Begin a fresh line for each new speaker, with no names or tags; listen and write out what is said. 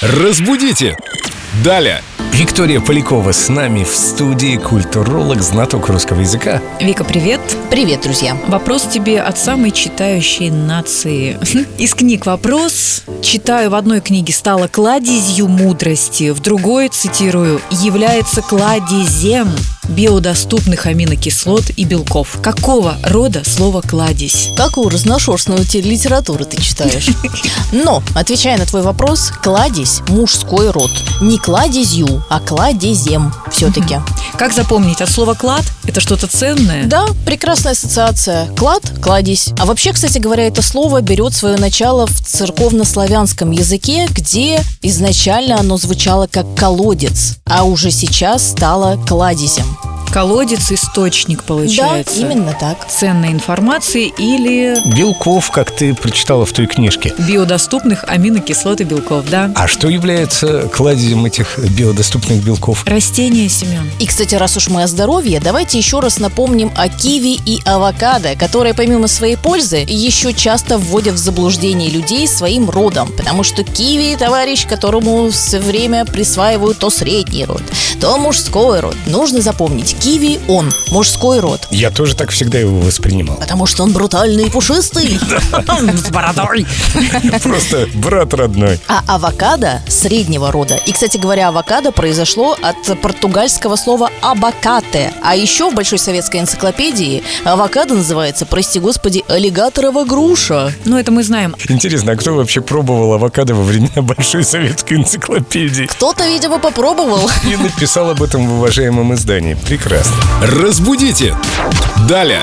Разбудите! Далее! Виктория Полякова с нами в студии, культуролог, знаток русского языка.
Вика, привет.
Привет, друзья.
Вопрос тебе от самой читающей нации. Из книг вопрос. Читаю в одной книге «Стала кладезью мудрости», в другой, цитирую, «является кладезем биодоступных аминокислот и белков». Какого рода слово «кладезь»?
Какую разношерстную те- литературу ты читаешь? Но, отвечая на твой вопрос, кладезь – мужской род. Не кладезью, а кладезем все-таки.
Как запомнить от слова «клад»? Это что-то ценное?
Да, прекрасная ассоциация. Клад – кладезь. А вообще, кстати говоря, это слово берет свое начало в церковнославянском языке, где изначально оно звучало как колодец, а уже сейчас стало кладезем.
Колодец – источник, получается.
Да, именно так.
Ценной информации или
Белков, как ты прочитала в той книжке.
биодоступных аминокислот и белков, да?
А что является кладезем этих биодоступных белков?
Растения, Семен.
И, кстати, раз уж мы о здоровье, давайте еще раз напомним о киви и авокадо, которые помимо своей пользы еще часто вводят в заблуждение людей своим родом. Потому что киви – товарищ, которому все время присваивают то средний род, то мужской род. Нужно запомнить, киви – он, мужской род.
Я тоже так всегда его воспринимал.
Потому что он брутальный и пушистый.
С бородой.
Просто брат родной.
А авокадо среднего рода. И, кстати говоря, авокадо произошло от португальского слова «абакате». А еще в Большой советской энциклопедии авокадо называется, прости господи, аллигаторова груша.
Ну, это мы знаем.
Интересно, а кто вообще пробовал авокадо во времена Большой советской энциклопедии?
Кто-то, видимо, попробовал.
И написал об этом в уважаемом издании. Прекрасно. Разбудите! Далее!